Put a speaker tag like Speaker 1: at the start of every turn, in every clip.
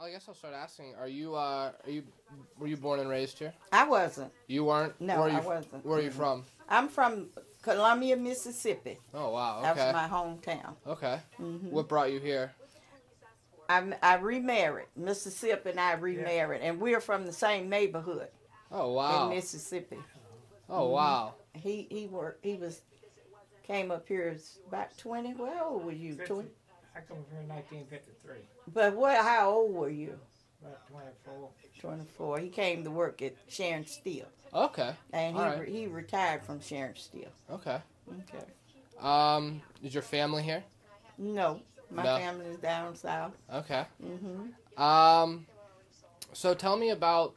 Speaker 1: I guess I'll start asking. Are you uh are you were you born and raised here?
Speaker 2: I wasn't.
Speaker 1: You weren't.
Speaker 2: No,
Speaker 1: where are you,
Speaker 2: I wasn't.
Speaker 1: Where are you
Speaker 2: Mm-mm.
Speaker 1: from?
Speaker 2: I'm from Columbia, Mississippi.
Speaker 1: Oh wow.
Speaker 2: That
Speaker 1: Okay.
Speaker 2: was my hometown.
Speaker 1: okay.
Speaker 2: hmm
Speaker 1: What brought you here?
Speaker 2: I, I remarried. Mississippi and I remarried, and we're from the same neighborhood
Speaker 1: Oh wow.
Speaker 2: in Mississippi.
Speaker 1: oh wow.
Speaker 2: He he worked. He was came up here as about twenty. How old were you? Twenty.
Speaker 3: I come from 1953,
Speaker 2: But what? How old were you?
Speaker 3: about 24.
Speaker 2: Twenty four. He came to work at Sharon Steel,
Speaker 1: Okay.
Speaker 2: and he
Speaker 1: All right.
Speaker 2: re, he retired from Sharon Steel.
Speaker 1: Okay.
Speaker 2: Okay.
Speaker 1: Um, is your family here?
Speaker 2: No, my
Speaker 1: No.
Speaker 2: family's down south.
Speaker 1: Okay.
Speaker 2: hmm
Speaker 1: Um, so tell me about.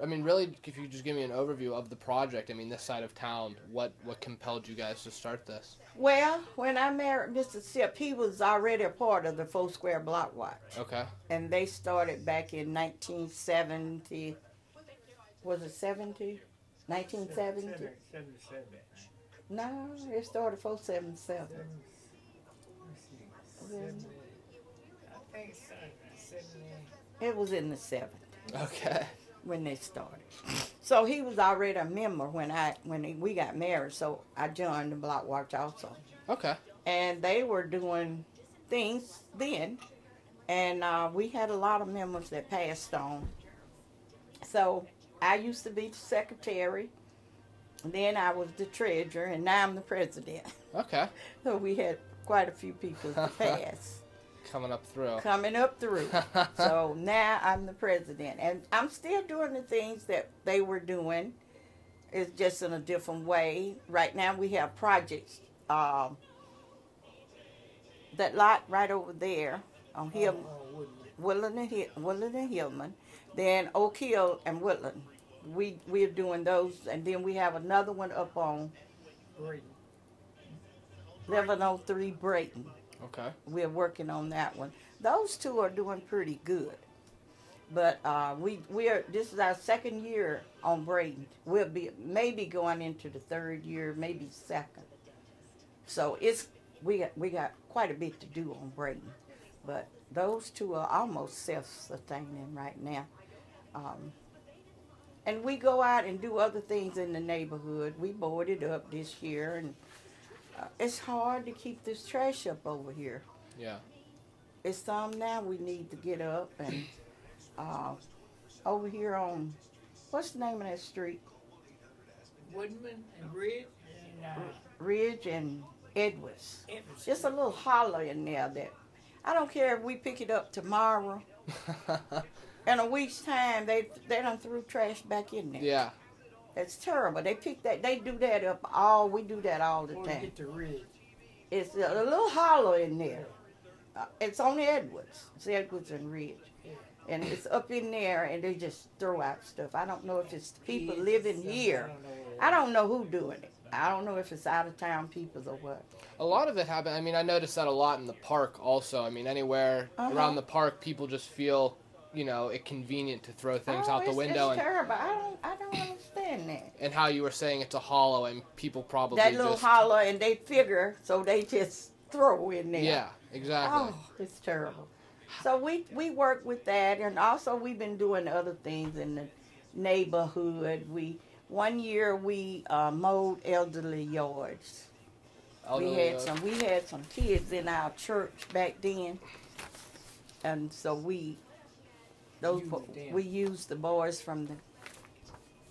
Speaker 1: I mean, really, if you could just give me an overview of the project. I mean, this side of town. What what compelled you guys to start this?
Speaker 2: Well, when I married Mr. Sip, he was already a part of the Four Square Block Watch,
Speaker 1: Okay.
Speaker 2: and they started back in 1970. Was it 70? 1970?
Speaker 3: 77.
Speaker 2: No, it started 477.
Speaker 3: I think it's
Speaker 2: It was in the 70s
Speaker 1: Okay.
Speaker 2: when they started. So he was already a member when I when we got married. So I joined the Block Watch also.
Speaker 1: Okay.
Speaker 2: and they were doing things then. And uh, we had a lot of members that passed on. So I used to be the secretary. Then I was the treasurer, and now I'm the president.
Speaker 1: Okay.
Speaker 2: So we had quite a few people to pass
Speaker 1: Coming up through.
Speaker 2: coming up through. So now I'm the president, and I'm still doing the things that they were doing. It's just in a different way. Right now, we have projects. Um, that lot right over there on Hill,
Speaker 3: Oh.
Speaker 2: Woodland, and Hill, Woodland and Hillman, then Oak Hill and Woodland. We we're doing those, and then we have another one up on 1103 Brayton.
Speaker 1: Okay.
Speaker 2: We're working on that one. Those two are doing pretty good. But uh, we we're this is our second year on Braden. We'll be maybe going into the third year, maybe second. So it's we got, we got quite a bit to do on Braden, but those two are almost self-sustaining right now. Um, and we go out and do other things in the neighborhood. We boarded up this year, and uh, it's hard to keep this trash up over here
Speaker 1: Yeah.
Speaker 2: it's some now we need to get up and uh, over here on what's the name of that street
Speaker 3: Woodman and Bridge and uh,
Speaker 2: ridge and edwards
Speaker 3: Evans.
Speaker 2: just a little holler in there that i don't care if we pick it up tomorrow in a week's time they they done threw trash back in there
Speaker 1: yeah.
Speaker 2: it's terrible they pick that they do that up all we do that all the
Speaker 3: Before we
Speaker 2: time
Speaker 3: get to Ridge.
Speaker 2: it's a little hollow in there uh, it's on edwards it's edwards and ridge and it's up in there and they just throw out stuff i don't know if it's the people
Speaker 3: Kids,
Speaker 2: living
Speaker 3: something,
Speaker 2: here
Speaker 3: uh, know what it
Speaker 2: I
Speaker 3: is.
Speaker 2: don't know who doing it. I don't know if it's out of town people or what.
Speaker 1: A lot of it happened. I mean, I noticed that a lot in the park also. I mean, anywhere
Speaker 2: Uh-huh.
Speaker 1: around the park, people just feel, you know, it convenient to throw things
Speaker 2: oh,
Speaker 1: out the
Speaker 2: it's
Speaker 1: window. And,
Speaker 2: It's terrible. I don't. I don't understand that.
Speaker 1: and how you were saying it's a hollow, and people probably
Speaker 2: That little
Speaker 1: just,
Speaker 2: holler and they figure, so they just throw in there.
Speaker 1: Yeah, exactly.
Speaker 2: Oh, it's terrible. So we we work with that, and also we've been doing other things in the neighborhood. We one year we uh, mowed elderly yards.
Speaker 1: Elderly
Speaker 2: Oh, we had
Speaker 1: those.
Speaker 2: some we had some kids in our church back then and so we those
Speaker 3: Used
Speaker 2: bo-
Speaker 3: them.
Speaker 2: we used the boys from the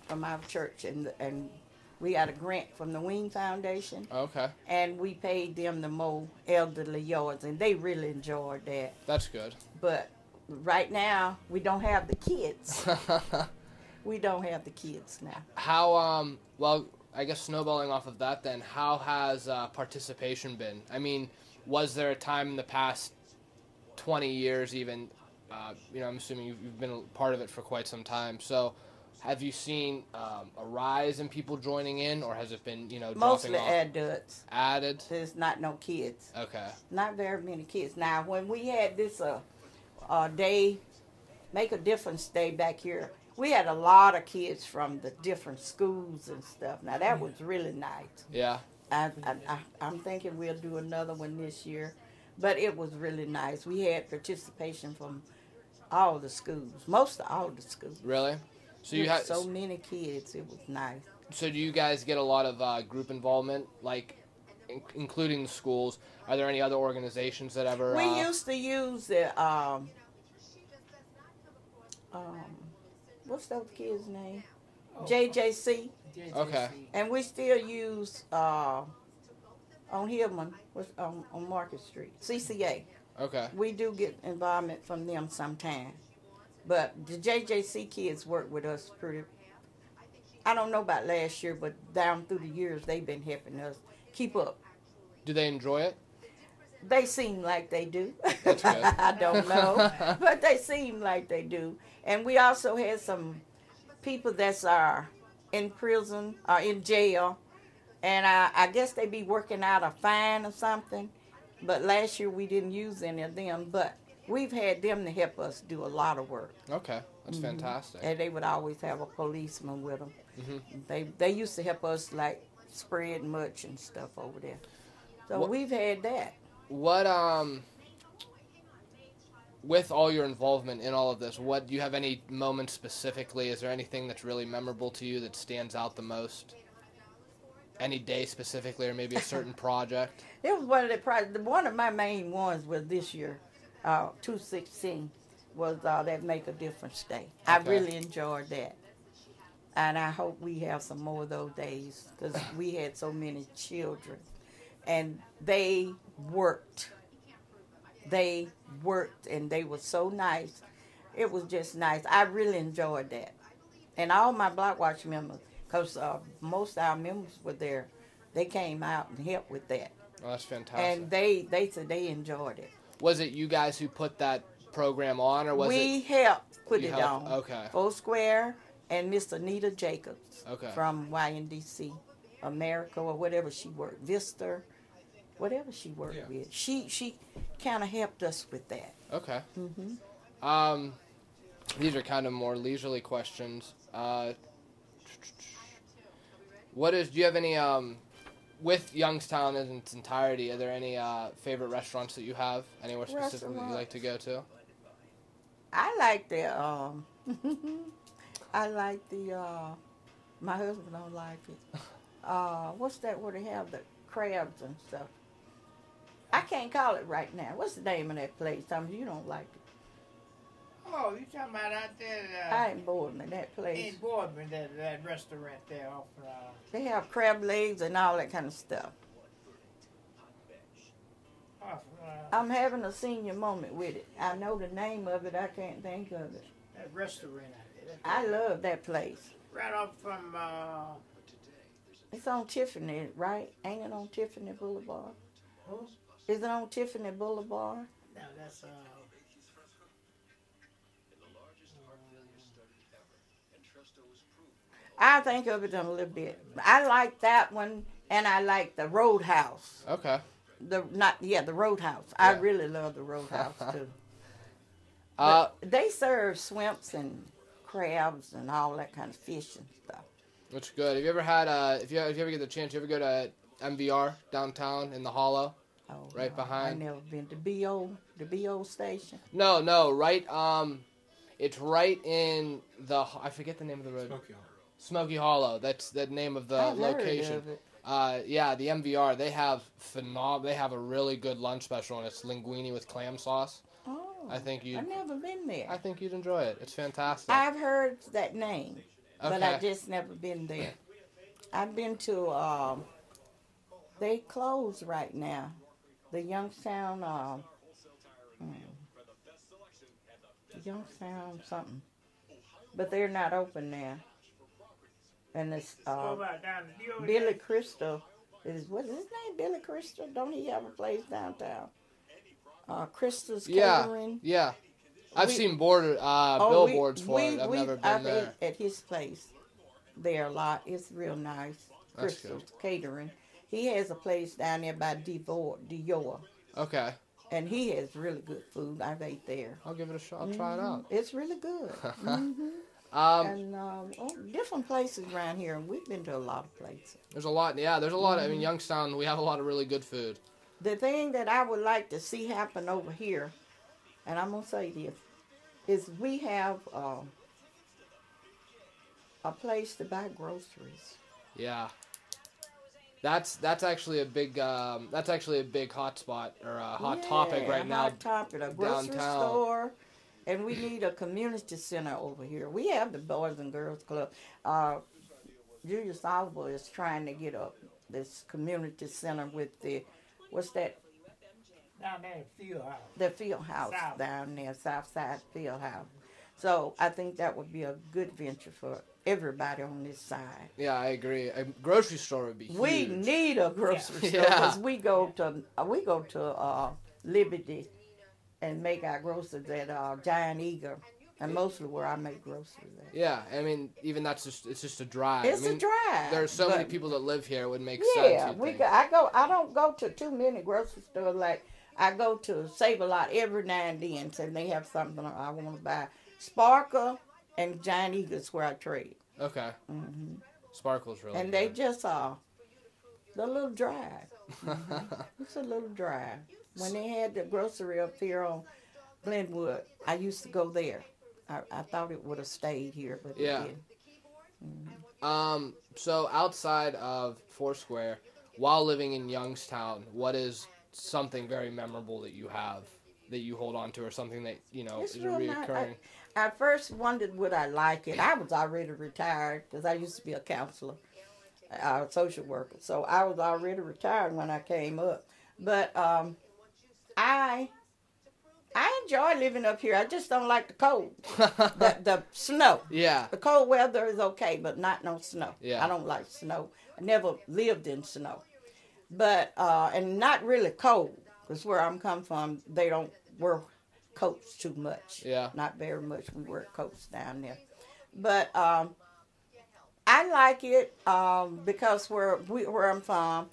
Speaker 2: from our church and the, and we got a grant from the Wing Foundation
Speaker 1: Okay,
Speaker 2: and we paid them to mow elderly yards and they really enjoyed that
Speaker 1: that's good.
Speaker 2: but right now we don't have the kids we don't have the kids now
Speaker 1: how um well i guess snowballing off of that then how has uh, participation been i mean was there a time in the past 20 years even uh, you know i'm assuming you've, you've been a part of it for quite some time so have you seen um, a rise in people joining in or has it been you know dropping
Speaker 2: mostly
Speaker 1: off?
Speaker 2: adults
Speaker 1: added
Speaker 2: there's not no kids
Speaker 1: okay
Speaker 2: not very many kids. Now, when we had this uh, uh, day, make a difference day back here, we had a lot of kids from the different schools and stuff. Now that was really nice.
Speaker 1: yeah
Speaker 2: I, I, I I'm thinking we'll do another one this year, but it was really nice. We had participation from all the schools, most of all the schools.
Speaker 1: Really? So you
Speaker 2: There were
Speaker 1: had
Speaker 2: so
Speaker 1: so,
Speaker 2: many kids. It was nice.
Speaker 1: do you guys get a lot of uh, group involvement, like in- including the schools? Are there any other organizations that ever?
Speaker 2: We
Speaker 1: uh,
Speaker 2: used to use the um, um, what's those kids' name?
Speaker 3: Oh,
Speaker 2: JJC,
Speaker 3: JJC.
Speaker 1: Okay.
Speaker 2: and we still use uh, on Hillman, was on, on Market Street, CCA.
Speaker 1: okay.
Speaker 2: We do get involvement from them sometimes, but the JJC kids work with us pretty. I don't know about last year, but down through the years, they've been helping us keep up.
Speaker 1: Do they enjoy it?
Speaker 2: They seem like they do.
Speaker 1: That's good.
Speaker 2: I don't know, but they seem like they do. And we also had some people that's uh, in prison or in jail, and I, I guess they be working out a fine or something. But last year we didn't use any of them, but we've had them to help us do a lot of work.
Speaker 1: Okay, that's fantastic.
Speaker 2: Mm-hmm. And they would always have a policeman with them.
Speaker 1: Mhm.
Speaker 2: They they used to help us like spread much and stuff over there. So
Speaker 1: What-
Speaker 2: we've had that.
Speaker 1: What um with all your involvement in all of this, what do you have any moments specifically? Is there anything that's really memorable to you that stands out the most? Any day specifically, or maybe a certain project?
Speaker 2: It was one of the projects. One of my main ones was this year, uh, two sixteen, was uh, that make a difference day. I
Speaker 1: Okay.
Speaker 2: really enjoyed that, and I hope we have some more of those days because we had so many children, and they worked. They worked, and they were so nice. It was just nice. I really enjoyed that, and all my Block Watch members, because uh, most of our members were there. They came out and helped with that
Speaker 1: Oh, that's fantastic.
Speaker 2: and they they said they enjoyed it.
Speaker 1: was it you guys who put that program on, or was
Speaker 2: we
Speaker 1: it?
Speaker 2: helped put
Speaker 1: you
Speaker 2: it
Speaker 1: helped?
Speaker 2: on.
Speaker 1: Okay.
Speaker 2: Full Square and Miss Anita Jacobs
Speaker 1: Okay.
Speaker 2: from YNDC America or whatever she worked, Vista, whatever she worked
Speaker 4: Yeah.
Speaker 2: with. She she kind of helped us with that.
Speaker 1: Okay.
Speaker 2: hmm
Speaker 1: Um, these are kind of more leisurely questions. Uh, what is? Do you have any um, with Youngstown in its entirety? Are there any uh, favorite restaurants that you have? Anywhere specifically that you like to go to?
Speaker 2: I like the um, I like the uh, my husband don't like it. Uh, what's that where they have the crabs and stuff? I can't call it right now. What's the name of that place? I mean, you don't like it.
Speaker 3: Oh, you talking about out
Speaker 2: I
Speaker 3: there,
Speaker 2: ain't bored in that
Speaker 3: uh,
Speaker 2: place.
Speaker 3: in Boardman, that, that restaurant there off, uh,
Speaker 2: They have crab legs and all that kind of stuff.
Speaker 3: off, uh,
Speaker 2: I'm having a senior moment with it. I know the name of it. I can't think of it.
Speaker 3: that restaurant out there.
Speaker 2: I love that place.
Speaker 3: Right off from, uh,
Speaker 2: It's on Tiffany, right? Ain't it on Tiffany Boulevard?
Speaker 3: who's,
Speaker 2: Is it on Tiffany Boulevard?
Speaker 3: no, that's, uh,
Speaker 2: I think of it in a little bit. I like that one, and I like the Roadhouse.
Speaker 1: Okay.
Speaker 2: The not yeah, the Roadhouse. I
Speaker 1: Yeah.
Speaker 2: really love the Roadhouse too.
Speaker 1: Uh,
Speaker 2: But they serve swimps and crabs and all that kind of fish and stuff.
Speaker 1: that's good. Have you ever had? Uh, if you if you ever get the chance, you ever go to MVR downtown in the Hollow?
Speaker 2: Oh,
Speaker 1: Right behind-
Speaker 2: I never been to bo the bo station.
Speaker 1: No, no, right. Um, it's right in the. I forget the name of the road.
Speaker 4: Smoky Hollow.
Speaker 1: Smoky Hollow. That's the name of the
Speaker 2: I've heard
Speaker 1: location.
Speaker 2: of it.
Speaker 1: Uh, yeah, the MVR they have phenom. They have a really good lunch special, and it's linguine with clam sauce.
Speaker 2: Oh,
Speaker 1: I think you.
Speaker 2: I've never been
Speaker 1: I
Speaker 2: there.
Speaker 1: think you'd enjoy it. It's fantastic.
Speaker 2: I've heard that name, but I
Speaker 1: Okay.
Speaker 2: just never been there. I've been to. Um, they closed right now. The Youngstown. Um, hmm, Youngstown something, but they're not open now. And it's
Speaker 3: go
Speaker 2: uh,
Speaker 3: about down to Buell.
Speaker 2: Billy Crystal. Is what is his name? Billy Crystal? Don't he have a place downtown? Uh, Crystal's
Speaker 1: Yeah.
Speaker 2: Catering.
Speaker 1: yeah, I've
Speaker 2: We-
Speaker 1: seen border uh,
Speaker 2: Oh, we-
Speaker 1: billboards for
Speaker 2: we-
Speaker 1: it. I've
Speaker 2: we-
Speaker 1: never been
Speaker 2: I've
Speaker 1: there.
Speaker 2: ate at his place there a lot. It's real nice.
Speaker 1: That's
Speaker 2: Crystal Catering. He has a place down there by Devor, Dior,
Speaker 1: Okay,
Speaker 2: and he has really good food. I've ate there.
Speaker 1: I'll give it a shot. I'll try it out.
Speaker 2: It's really good. hmm
Speaker 1: Um,
Speaker 2: and um, oh, different places around here, and we've been to a lot of places.
Speaker 1: there's a lot. Yeah, there's a lot.
Speaker 2: Mm.
Speaker 1: I mean, Youngstown, we have a lot of really good food.
Speaker 2: The thing that I would like to see happen over here, and I'm gonna say this, is we have uh, a place to buy groceries.
Speaker 1: Yeah. That's that's actually a big um, that's actually a big hot spot or a hot topic
Speaker 2: Yeah,
Speaker 1: right
Speaker 2: a
Speaker 1: now.
Speaker 2: Hot topic, a grocery
Speaker 1: downtown.
Speaker 2: store, and we need a community center over here. We have the Boys and Girls Club. Uh, Julius Oliver is trying to get up this community center with the, what's that,
Speaker 3: down there at Field House.
Speaker 2: the field house
Speaker 3: South.
Speaker 2: down there, Southside Field House. So I think that would be a good venture for everybody on this side.
Speaker 1: Yeah, I agree. A grocery store would be huge.
Speaker 2: We need a grocery store
Speaker 1: Yeah.
Speaker 2: because we go to uh, we go to uh, Liberty and make our groceries at uh, Giant Eagle, and mostly where I make groceries at.
Speaker 1: Yeah, I mean, even that's just it's just a drive.
Speaker 2: It's
Speaker 1: I mean,
Speaker 2: a drive.
Speaker 1: There's so many
Speaker 2: but-
Speaker 1: people that live here. It would make sense.
Speaker 2: Yeah,
Speaker 1: you'd
Speaker 2: we
Speaker 1: think.
Speaker 2: go, I go. I don't go to too many grocery stores. Like I go to Save a Lot every now and then, and they have something I want to buy. Sparkle and Giant Eagle's where I trade,
Speaker 1: Okay,
Speaker 2: hmm
Speaker 1: Sparkles really.
Speaker 2: and they
Speaker 1: good.
Speaker 2: just uh, the little drive. It's a little drive. When they had the grocery up here on Glenwood, I used to go there. I, I thought it would have stayed here, but
Speaker 1: Yeah.
Speaker 2: it didn't.
Speaker 1: um. So outside of Foursquare, while living in Youngstown, what is something very memorable that you have that you hold on to, or something that you know
Speaker 2: It's
Speaker 1: is
Speaker 2: real
Speaker 1: reoccurring?
Speaker 2: nice. I first wondered would I like it. I was already retired because I used to be a counselor, uh, a social worker. So I was already retired when I came up. But um, I I enjoy living up here. I just don't like the cold, the, the snow.
Speaker 1: yeah.
Speaker 2: The cold weather is okay, but not no snow.
Speaker 1: Yeah.
Speaker 2: I don't like snow. I never lived in snow, but uh, and not really cold. Cause where I'm come from, they don't wear coats too much.
Speaker 1: Yeah.
Speaker 2: Not very much. We wear coats down there, but um, I like it um, because where we where I'm from,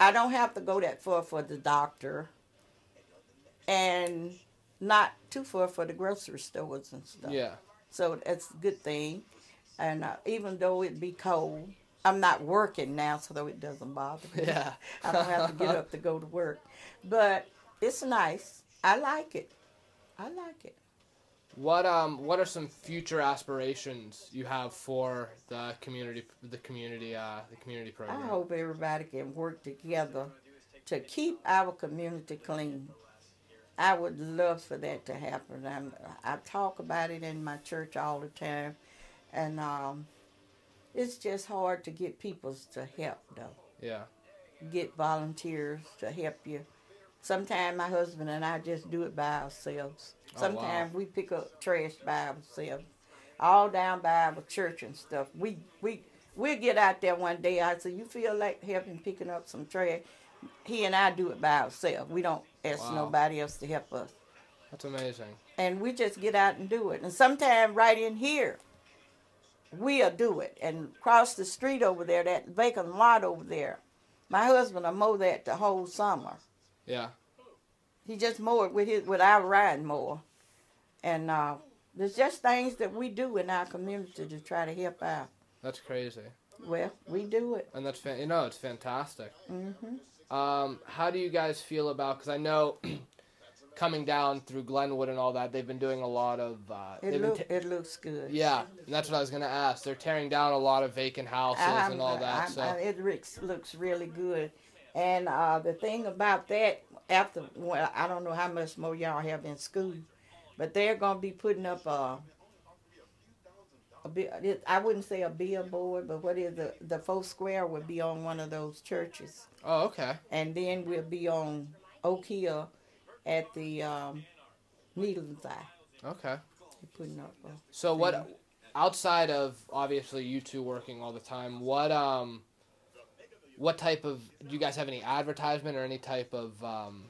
Speaker 2: I don't have to go that far for the doctor, and not too far for the grocery stores and stuff.
Speaker 1: Yeah.
Speaker 2: So that's a good thing. And uh, even though it be cold, I'm not working now, so though it doesn't bother me.
Speaker 1: Yeah.
Speaker 2: I don't have to get up to go to work. But it's nice. I like it. I like it.
Speaker 1: What um what are some future aspirations you have for the community the community uh the community
Speaker 2: I
Speaker 1: program?
Speaker 2: hope everybody can work together to keep our community clean. I would love for that to happen. I'm, I talk about it in my church all the time, and um, it's just hard to get people to help though.
Speaker 1: Yeah.
Speaker 2: get volunteers to help you. Sometimes my husband and I just do it by ourselves.
Speaker 1: Oh, wow.
Speaker 2: Sometimes we pick up trash by ourselves, all down by our church and stuff. We we we get out there one day. I say, you feel like helping picking up some trash? He and I do it by ourselves. We don't ask
Speaker 1: Wow.
Speaker 2: nobody else to help us,
Speaker 1: That's amazing.
Speaker 2: and we just get out and do it. And sometimes right in here, we'll do it. And across the street over there, that vacant lot over there, my husband will mow that the whole summer.
Speaker 1: Yeah.
Speaker 2: He just mowed with his with our riding mower. And uh, there's just things that we do in our community to try to help out.
Speaker 1: That's crazy.
Speaker 2: Well, we do it.
Speaker 1: And that's fan- you know it's fantastic.
Speaker 2: hmm
Speaker 1: Um, how do you guys feel about? Because I know coming down through Glenwood and all that, they've been doing a lot of. Uh,
Speaker 2: It
Speaker 1: they've
Speaker 2: look,
Speaker 1: been ta-
Speaker 2: it looks good.
Speaker 1: yeah, and that's what I was gonna ask. They're tearing down a lot of vacant houses
Speaker 2: I'm-
Speaker 1: and all that.
Speaker 2: I'm-
Speaker 1: so
Speaker 2: I- it looks, looks really good. And uh, the thing about that, after well, I don't know how much more y'all have in school, but they're gonna be putting up a. A bi- it- I wouldn't say a billboard, but what is the the four square would be on one of those churches,
Speaker 1: oh okay,
Speaker 2: and then we'll be on Oak Hill at the um, Needle's Eye.
Speaker 1: okay.
Speaker 2: They're putting up a
Speaker 1: So what? Outside of obviously you two working all the time, what um, what type of? Do you guys have any advertisement or any type of um,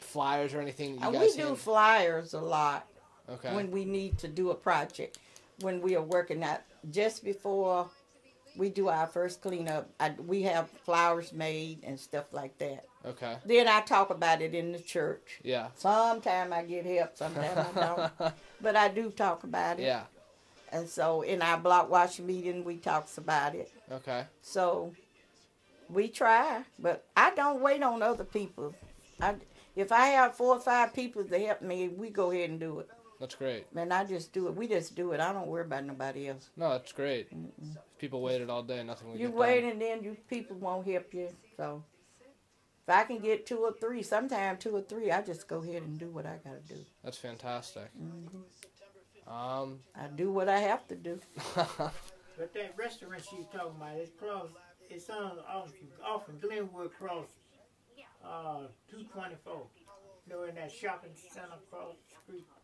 Speaker 1: flyers or anything? You
Speaker 2: And Uh, we
Speaker 1: guys
Speaker 2: do
Speaker 1: hand-
Speaker 2: flyers a lot.
Speaker 1: okay.
Speaker 2: when we need to do a project, when we are working out. Just before we do our first cleanup, I, we have flowers made and stuff like that.
Speaker 1: okay.
Speaker 2: Then I talk about it in the church.
Speaker 1: Yeah.
Speaker 2: Sometime I get help, sometime I don't. But I do talk about it.
Speaker 1: yeah.
Speaker 2: And so in our block watch meeting, we talks about it.
Speaker 1: Okay.
Speaker 2: So we try, but I don't wait on other people. I, if I have four or five people to help me, we go ahead and do it.
Speaker 1: That's great.
Speaker 2: Man, I just do it. We just do it. I don't worry about nobody else.
Speaker 1: No, that's great. People waited all day, nothing would
Speaker 2: You
Speaker 1: get
Speaker 2: wait,
Speaker 1: done.
Speaker 2: and then you people won't help you. So if I can get two or three, sometime two or three, I just go ahead and do what I gotta do.
Speaker 1: That's fantastic. Um,
Speaker 2: I do what I have to do.
Speaker 3: But that restaurant she's talking about, it's close. It's on off, off in Glenwood Cross, uh, 224. You know, in that shopping center across the street.
Speaker 2: Oh,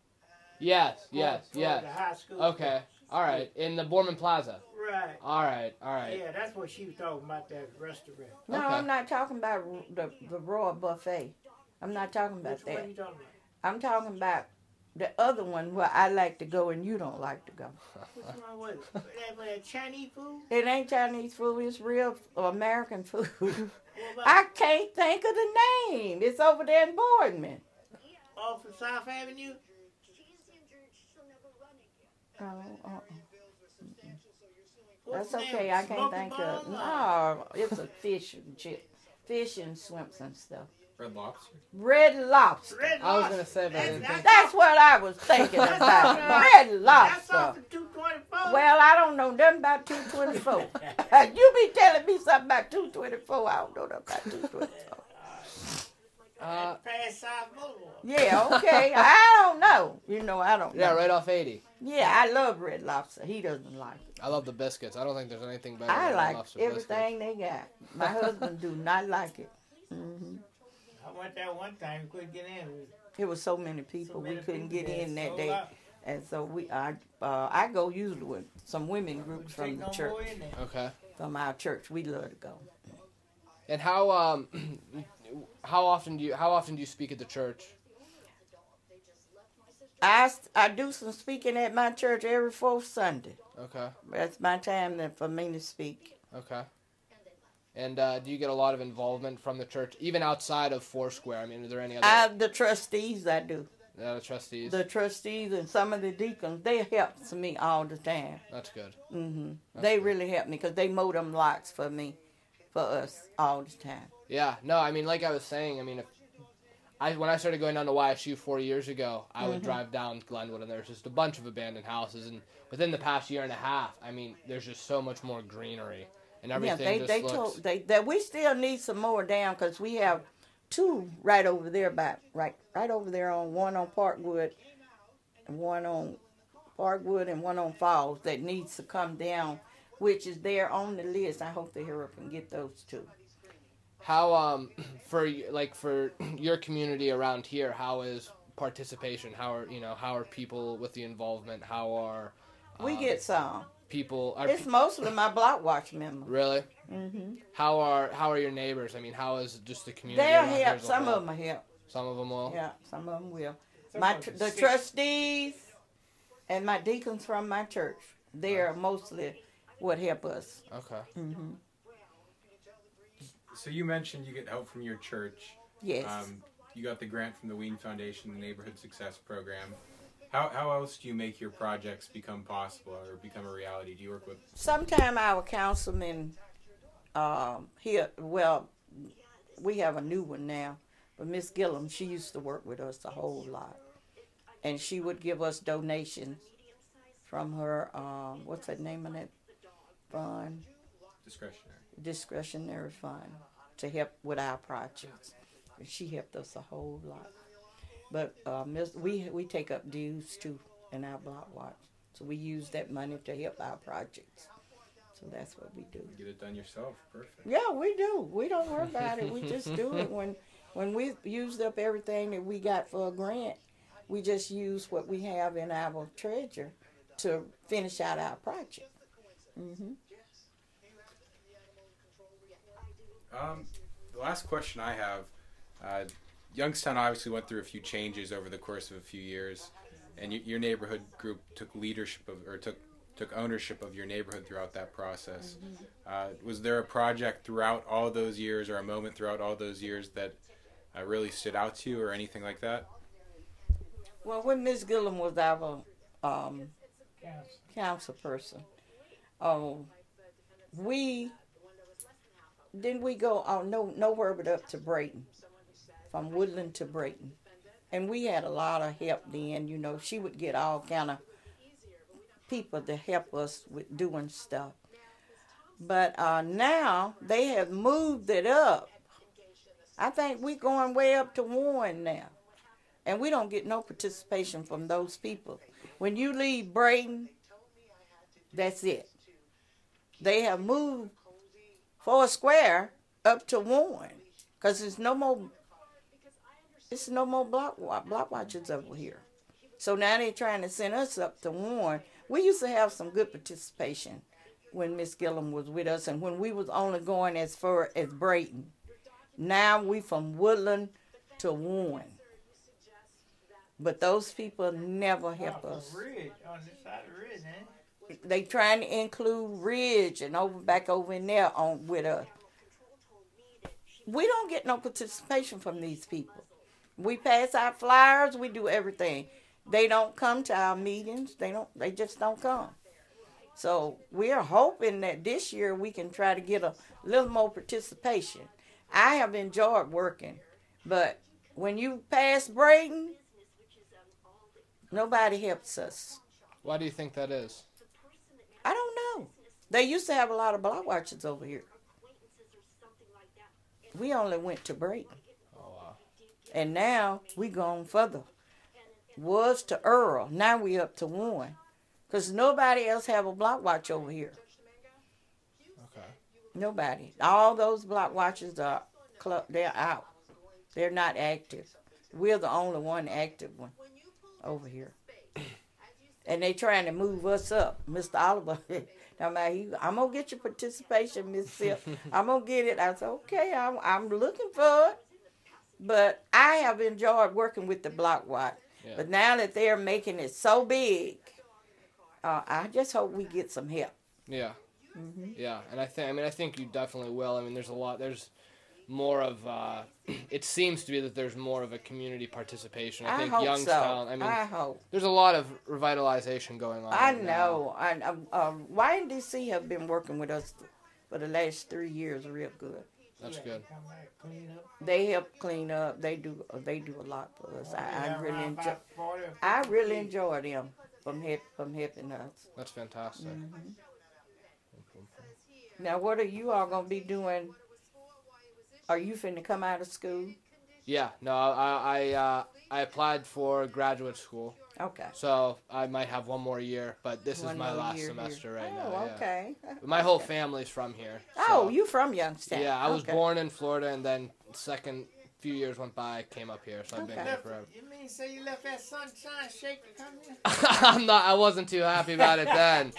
Speaker 1: yes, yes,
Speaker 3: Toward
Speaker 1: yes.
Speaker 3: The high school.
Speaker 1: Okay, all right. In the Borman Plaza.
Speaker 3: Right.
Speaker 1: All right, all right.
Speaker 3: Yeah, that's what she was talking about, that restaurant.
Speaker 2: No,
Speaker 1: Okay.
Speaker 2: I'm not talking about r- the the Royal Buffet. I'm not talking about
Speaker 3: Which
Speaker 2: that.
Speaker 3: one you talking
Speaker 2: I'm talking about the other one where I like to go and you don't like to go.
Speaker 3: about? Which
Speaker 2: Uh-huh.
Speaker 3: one was it? That, that Chinese food?
Speaker 2: It ain't Chinese food. It's real American food.
Speaker 3: What about
Speaker 2: I can't think of the name. It's over there in Boardman.
Speaker 3: off of South Avenue?
Speaker 2: Oh, uh-uh. That's
Speaker 3: What's the name?
Speaker 2: okay. I can't
Speaker 3: Smoky
Speaker 2: think
Speaker 3: Bones
Speaker 2: of.
Speaker 3: or-
Speaker 2: No, it's a fish and chip, fish and swimps and stuff.
Speaker 4: Red lobster.
Speaker 2: Red Lobster.
Speaker 3: Red
Speaker 1: I was
Speaker 3: Lobster.
Speaker 1: gonna say, but I
Speaker 3: That's-
Speaker 1: didn't think.
Speaker 2: That's what I was thinking
Speaker 3: That's
Speaker 2: about.
Speaker 3: off-
Speaker 2: Red
Speaker 3: That's off
Speaker 2: Lobster.
Speaker 3: of 224.
Speaker 2: Well, I don't know nothing about 224. you be telling me something about 224. I don't know nothing about 224.
Speaker 1: Uh,
Speaker 3: past South Boulevard.
Speaker 2: Yeah, okay. I don't know. You know, I don't
Speaker 1: yeah,
Speaker 2: know.
Speaker 1: right off eighty.
Speaker 2: Yeah, I love Red Lobster. He doesn't like it.
Speaker 1: I love the biscuits. I don't think there's anything better.
Speaker 2: I
Speaker 1: than
Speaker 2: like
Speaker 1: lobster
Speaker 2: everything they got. My husband do not like it. hmm
Speaker 3: I went there one time and couldn't get in.
Speaker 2: It was so many people
Speaker 3: So many
Speaker 2: we couldn't
Speaker 3: people
Speaker 2: get
Speaker 3: there,
Speaker 2: in that
Speaker 3: so
Speaker 2: day,
Speaker 3: loud.
Speaker 2: and so we I uh, I go usually with some women groups
Speaker 3: Couldn't
Speaker 2: from the
Speaker 3: take no more
Speaker 2: church
Speaker 3: in there.
Speaker 1: biscuits. Okay.
Speaker 2: from our church. We love to go.
Speaker 1: And how um, how often do you how often do you speak at the church?
Speaker 2: I s- I do some speaking at my church every fourth Sunday.
Speaker 1: Okay.
Speaker 2: That's my time then for me to speak.
Speaker 1: Okay. And uh, do you get a lot of involvement from the church, even outside of Foursquare? I mean, are there any other
Speaker 2: I the trustees I do
Speaker 1: uh, trustees?
Speaker 2: the trustees and some of the deacons they helps me all the time.
Speaker 1: That's good.
Speaker 2: hmm They really help me because they mow them locks for me, for us all the time.
Speaker 1: Yeah. No, I mean, like I was saying, I mean, if I when I started going down to YSU four years ago, I
Speaker 2: Mm-hmm.
Speaker 1: would drive down Glenwood, and there's just a bunch of abandoned houses. And within the past year and a half, I mean, there's just so much more greenery, and everything
Speaker 2: yeah, they
Speaker 1: just
Speaker 2: they
Speaker 1: looks.
Speaker 2: told they that we still need some more down because we have two right over there by right right over there on one on Parkwood, and one on Parkwood and one on Falls that needs to come down, which is there on the list. I hope the hero can get those two.
Speaker 1: How um for y- like for your community around here, how is participation? How are you know how are people with the involvement? How are
Speaker 2: We
Speaker 1: um,
Speaker 2: get some.
Speaker 1: people are
Speaker 2: It's mostly my block watch members.
Speaker 1: really
Speaker 2: hmm
Speaker 1: how are how are your neighbors? I mean, how is just the community?
Speaker 2: They'll
Speaker 1: around here
Speaker 2: help.
Speaker 1: as a
Speaker 2: Some
Speaker 1: whole?
Speaker 2: of them help.
Speaker 1: Some of them will.
Speaker 2: Yeah, some of them will.
Speaker 3: Some
Speaker 2: my
Speaker 3: of
Speaker 2: tr-
Speaker 3: them
Speaker 2: the
Speaker 3: sick.
Speaker 2: trustees and my deacons from my church. They are mostly what help us.
Speaker 1: Okay.
Speaker 2: hmm
Speaker 4: So you mentioned you get help from your church.
Speaker 2: Yes.
Speaker 4: Um, you got the grant from the Ween Foundation, the Neighborhood Success Program. How, how else do you make your projects become possible or become a reality? Do you work with
Speaker 2: Sometime our councilman um, here. Well, we have a new one now, but Miss Gillum, she used to work with us a whole lot, and she would give us donations from her. Um, what's that name of that fund?
Speaker 4: discretionary?
Speaker 2: discretionary fund to help with our projects. And she helped us a whole lot. But uh, miss, we we take up dues too in our block watch, so we use that money to help our projects. So that's what we do.
Speaker 4: Get it done yourself. Perfect.
Speaker 2: Yeah, we do. We don't worry about it. We just do it when when we used up everything that we got for a grant. We just use what we have in our treasure to finish out our project. hmm
Speaker 4: Um, the last question I have uh, Youngstown obviously went through a few changes over the course of a few years, and y- your neighborhood group took leadership of, or took took ownership of your neighborhood throughout that process. Uh, was there a project throughout all those years, or a moment throughout all those years that uh, really stood out to you, or anything like that?
Speaker 2: Well, when Miss Gillum was our um,
Speaker 3: Yes.
Speaker 2: council person, um, we uh, didn't we go on no nowhere but up to Brayton, from Woodland to Brayton, and we had a lot of help then. You know, she would get all kind of people to help us with doing stuff. But uh, now they have moved it up. I think we're going way up to one now, and we don't get no participation from those people. When you leave Braden, that's it. They have moved four square up to one, cause there's no more. It's no more block wa- block watchers over here. So now they're trying to send us up to one. We used to have some good participation when Miss Gillum was with us and when we was only going as far as Brayton. Now we from Woodland to Warren. But those people never help
Speaker 3: Off
Speaker 2: us.
Speaker 3: the Ridge, on this side of the ridge, eh?
Speaker 2: They trying to include Ridge and over back over in there on with us. We don't get no participation from these people. We pass out flyers, we do everything. They don't come to our meetings. They don't they just don't come. So we're hoping that this year we can try to get a little more participation. I have enjoyed working, but when you pass Braden, nobody helps us.
Speaker 1: Why do you think that is?
Speaker 2: I don't know. They used to have a lot of block watchers over here. We only went to break. And now we gone further. Was to Earl. Now we up to one. Because nobody else have a block watch over here.
Speaker 1: Okay.
Speaker 2: Nobody. All those block watchers are cl- they're out. They're not active. We're the only one active one over here. And they trying to move us up, Mr. Oliver. I'm, like, he, I'm gonna get your participation, Miss Sil. I'm gonna get it. I said, okay, I'm, I'm looking for it. But I have enjoyed working with the block watch.
Speaker 1: Yeah.
Speaker 2: But now that they're making it so big, uh, I just hope we get some help.
Speaker 1: Yeah.
Speaker 2: Mm-hmm.
Speaker 1: Yeah, and I think I mean I think you definitely will. I mean, there's a lot. There's more of. Uh, it seems to be that there's more of a community participation. I,
Speaker 2: I,
Speaker 1: think
Speaker 2: hope
Speaker 1: Youngstown.
Speaker 2: so.
Speaker 1: I mean,
Speaker 2: I hope.
Speaker 1: there's a lot of revitalization going on.
Speaker 2: I
Speaker 1: right now.
Speaker 2: know. I, I, uh, YNDC have been working with us for the last three years, real good.
Speaker 1: That's
Speaker 3: Yeah,
Speaker 1: good.
Speaker 3: Come back, clean up.
Speaker 2: They help clean up. They do. uh, They do a lot for
Speaker 1: Oh,
Speaker 2: us. I, I
Speaker 3: Yeah,
Speaker 2: really
Speaker 3: around
Speaker 2: enjoy.
Speaker 3: about 40 or
Speaker 2: I
Speaker 3: 50
Speaker 2: really
Speaker 3: feet.
Speaker 2: enjoy them from help, from helping us.
Speaker 1: That's fantastic.
Speaker 2: Mm-hmm. Now, what are you all gonna be doing? Are you finna come out of school?
Speaker 1: Yeah. No, I I uh, I applied for graduate school,
Speaker 2: Okay.
Speaker 1: so I might have one more year, but this
Speaker 2: One
Speaker 1: is my
Speaker 2: more
Speaker 1: last
Speaker 2: year
Speaker 1: semester
Speaker 2: here.
Speaker 1: right
Speaker 2: oh,
Speaker 1: now. yeah.
Speaker 2: okay.
Speaker 1: But my whole
Speaker 2: Okay.
Speaker 1: family's from here.
Speaker 2: Oh,
Speaker 1: so-
Speaker 2: you from Youngstown?
Speaker 1: Yeah, I was
Speaker 2: Okay.
Speaker 1: born in Florida, and then second few years went by, I came up here, so I've been
Speaker 2: Okay.
Speaker 1: here
Speaker 3: Left-
Speaker 1: forever.
Speaker 3: You mean say you left that sunshine shake to come here?
Speaker 1: I'm not. I wasn't too happy about it then,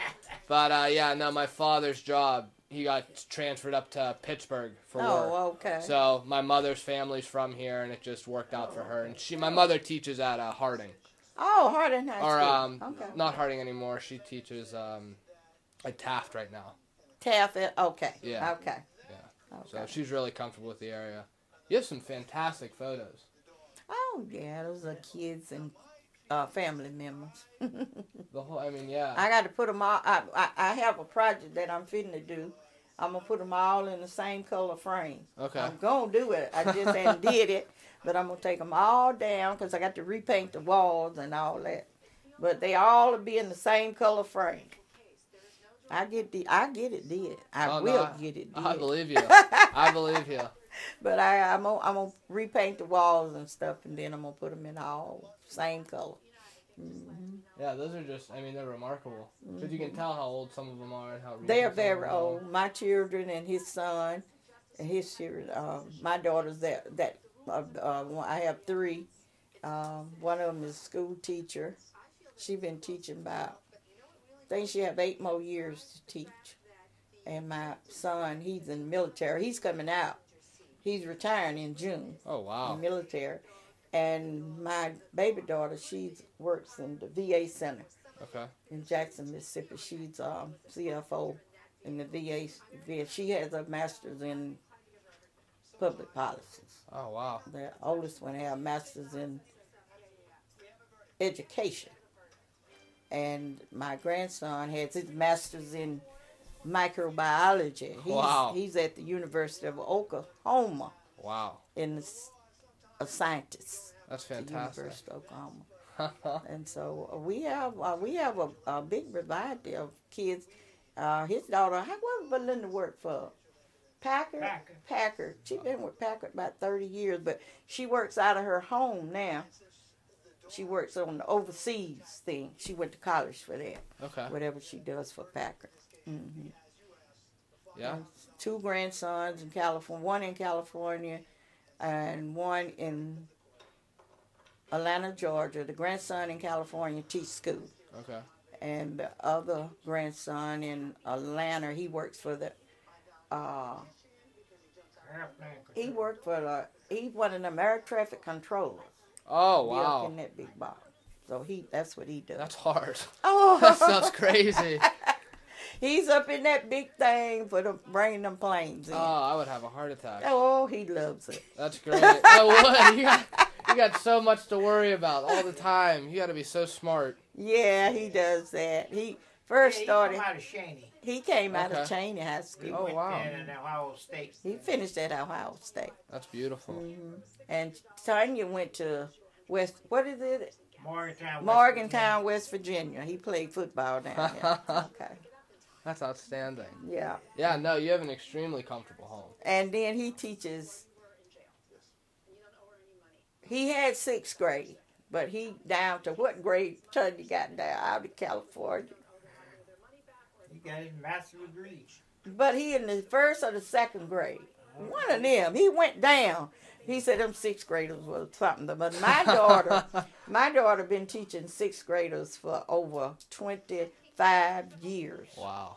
Speaker 1: but uh, yeah, no. My father's job, he got transferred up to Pittsburgh for work.
Speaker 2: Oh, okay.
Speaker 1: So my mother's family's from here, and it just worked out for her. And she, my mother, teaches at uh, Harding,
Speaker 2: oh, Hardin High School.
Speaker 1: or um,
Speaker 2: okay.
Speaker 1: not Harding anymore. She teaches um, at Taft right now.
Speaker 2: Taff. it- Okay.
Speaker 1: Yeah.
Speaker 2: Okay.
Speaker 1: Yeah.
Speaker 2: Okay.
Speaker 1: So she's really comfortable with the area. You have some fantastic photos.
Speaker 2: Oh yeah, those are kids and uh, family members.
Speaker 1: The whole, I mean, yeah.
Speaker 2: I got to put them all. I, I I have a project that I'm fitting to do. I'm gonna put them all in the same color frame.
Speaker 1: Okay.
Speaker 2: I'm gonna do it. I just ain't did it, but I'm gonna take them all down because I got to repaint the walls and all that. But they all be in the same color frame. I get the I get it did. I
Speaker 1: Oh, no,
Speaker 2: will
Speaker 1: I-
Speaker 2: get it did.
Speaker 1: I believe you. I believe you.
Speaker 2: But I, I'm gonna, I'm gonna repaint the walls and stuff, and then I'm gonna put them in all same color.
Speaker 1: Yeah, those are just, I mean, they're remarkable. Because you can tell how old some of them are and how recent
Speaker 2: Mm-hmm. They are
Speaker 1: some of
Speaker 2: very
Speaker 1: them are.
Speaker 2: old. My children and his son, and his children. Um, my daughters that that uh, uh, one- I have three. Um, one of them is a school teacher. She been teaching about. I think she have eight more years to teach. And my son, he's in the military. He's coming out. He's retiring in June.
Speaker 1: Oh, wow.
Speaker 2: the military. And my baby daughter, she works in the VA center
Speaker 1: Okay.
Speaker 2: in Jackson, Mississippi. She's um, CFO in the VA. s- She has a master's in public policies.
Speaker 1: Oh, wow.
Speaker 2: The oldest one had a master's in education. And my grandson has his master's in microbiology. He's,
Speaker 1: Wow.
Speaker 2: he's at the University of Oklahoma
Speaker 1: Wow.
Speaker 2: in the, s- a scientist.
Speaker 1: That's
Speaker 2: the
Speaker 1: fantastic.
Speaker 2: University of Oklahoma. And so uh, we have uh, we have a, a big variety of kids. Uh, his daughter, how what Belinda worked for? Packard.
Speaker 3: Packard.
Speaker 2: Packard. She's been with Packard about thirty years, but she works out of her home now. She works on the overseas thing. She went to college for that.
Speaker 1: okay.
Speaker 2: Whatever she does for Packard. hmm
Speaker 1: Yeah.
Speaker 2: Two grandsons in California, one in California, and one in Atlanta, Georgia. The grandson in California teach school
Speaker 1: Okay.
Speaker 2: and the other grandson in Atlanta. He works for the. Uh,
Speaker 3: Airplane
Speaker 2: he
Speaker 3: control.
Speaker 2: worked for the. He was an air traffic controller.
Speaker 1: Oh
Speaker 2: Bill
Speaker 1: wow.
Speaker 2: in that big box. So he. That's what he does.
Speaker 1: That's hard.
Speaker 2: oh,
Speaker 1: that sounds crazy.
Speaker 2: He's up in that big thing for the bringing them planes in.
Speaker 1: Oh, I would have a heart attack.
Speaker 2: oh, he loves it.
Speaker 1: That's great. I would. You got, you got so much to worry about all the time. You got to be so smart.
Speaker 2: Yeah, he does that. He first
Speaker 3: Yeah, he
Speaker 2: started.
Speaker 3: Come out of Shaney.
Speaker 2: He came out of
Speaker 1: Okay.
Speaker 2: Cheney High
Speaker 3: He
Speaker 2: School.
Speaker 1: Oh,
Speaker 3: went
Speaker 1: wow.
Speaker 3: there in Ohio State.
Speaker 2: He finished at Ohio State.
Speaker 1: That's beautiful.
Speaker 2: Mhm. And Tanya went to West. What is it?
Speaker 3: Morgantown. West
Speaker 2: Morgantown, West Virginia. He played football down there. okay.
Speaker 1: That's outstanding.
Speaker 2: Yeah.
Speaker 1: Yeah. No, you have an extremely comfortable home.
Speaker 2: And then he teaches. He had sixth grade, but he down to what grade Tony got down out of California.
Speaker 3: Virginia. He got his master's degree.
Speaker 2: But he in the first or the second grade. One of them. He went down. He said them sixth graders was something. But my daughter my daughter been teaching sixth graders for over twenty five years.
Speaker 1: Wow.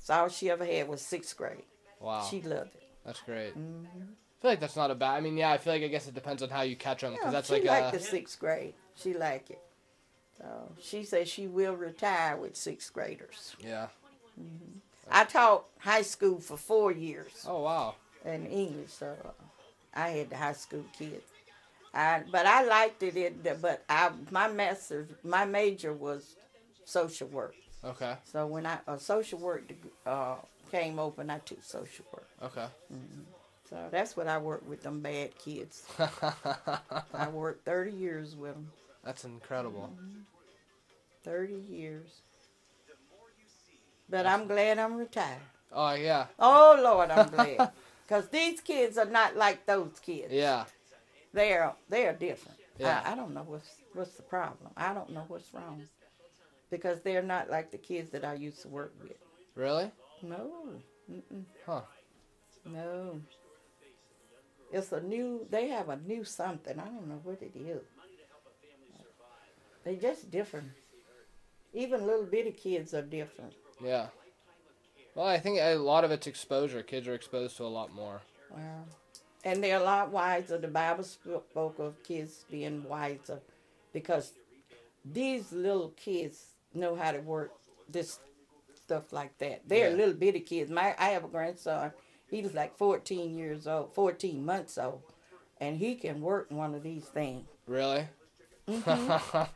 Speaker 2: So all she ever had was sixth grade.
Speaker 1: Wow.
Speaker 2: She loved it.
Speaker 1: That's great.
Speaker 2: Mhm.
Speaker 1: I feel like that's not a bad. I mean, yeah. I feel like I guess it depends on how you catch them because
Speaker 2: Yeah,
Speaker 1: that's
Speaker 2: she
Speaker 1: like uh,
Speaker 2: liked
Speaker 1: a.
Speaker 2: the sixth grade. She liked it. So she said she will retire with sixth graders.
Speaker 1: Yeah.
Speaker 2: I taught high school for four years
Speaker 1: Oh wow.
Speaker 2: in English, so I had the high school kids. I, but I liked it. In, but I my master's my major was social work.
Speaker 1: Okay.
Speaker 2: So when I a social work deg- uh, came open, I took social work.
Speaker 1: Okay.
Speaker 2: So that's what I worked with them bad kids. I worked thirty years with them.
Speaker 1: that's incredible.
Speaker 2: 30 years. But I'm glad I'm retired.
Speaker 1: Oh yeah.
Speaker 2: Oh, Lord, I'm glad. Because these kids are not like those kids.
Speaker 1: Yeah.
Speaker 2: They are, they are different.
Speaker 1: Yeah.
Speaker 2: I, I don't know what's, what's the problem. I don't know what's wrong. Because they're not like the kids that I used to work with.
Speaker 1: Really?
Speaker 2: No. Mm-mm.
Speaker 1: Huh.
Speaker 2: No. It's a new, they have a new something. I don't know what it is. They just different. Even little bitty kids are different.
Speaker 1: Yeah. Well, I think a lot of it's exposure. Kids are exposed to a lot more.
Speaker 2: Wow. And they're a lot wiser. The Bible sp- spoke of kids being wiser because these little kids know how to work this stuff like that. They're
Speaker 1: Yeah.
Speaker 2: little bitty kids. My I have a grandson. He was like 14 years old, 14 months old, and he can work one of these things.
Speaker 1: Really?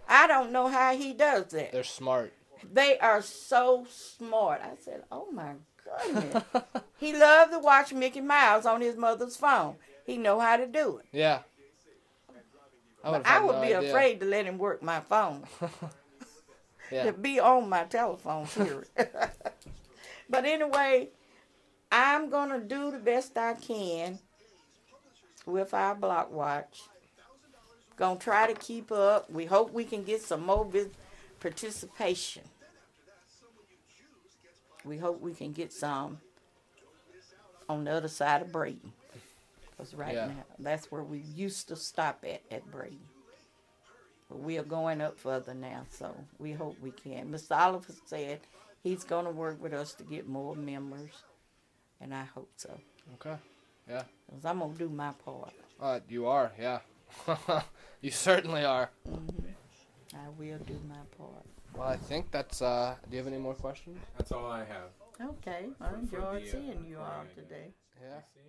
Speaker 2: I don't know how he does that.
Speaker 1: They're smart.
Speaker 2: They are so smart. I said, "Oh my goodness." he loved to watch Mickey Mouse on his mother's phone. He know how to do it.
Speaker 1: Yeah.
Speaker 2: But
Speaker 1: would've
Speaker 2: I
Speaker 1: had
Speaker 2: would
Speaker 1: no
Speaker 2: be
Speaker 1: idea.
Speaker 2: afraid to let him work my phone,
Speaker 1: Yeah.
Speaker 2: to be on my telephone, period. but anyway, I'm going to do the best I can with our block watch. Going to try to keep up. We hope we can get some more vis- participation. We hope we can get some on the other side of Braden. Because right
Speaker 1: Yeah.
Speaker 2: now, that's where we used to stop at, at Braden. But we are going up further now, so we hope we can. Mr. Oliver said he's going to work with us to get more members, and I hope so.
Speaker 1: Okay.
Speaker 2: 'Cause I'm going to do my part.
Speaker 1: Uh, you are. Yeah. you certainly are.
Speaker 2: I will do my part.
Speaker 1: Well, I think that's. Uh, do you have any more questions?
Speaker 4: That's all I have.
Speaker 2: Okay, I
Speaker 4: For- for enjoyed
Speaker 2: enjoyed
Speaker 4: the, uh,
Speaker 2: seeing you all
Speaker 4: program, I guess.
Speaker 2: today.
Speaker 1: Yeah.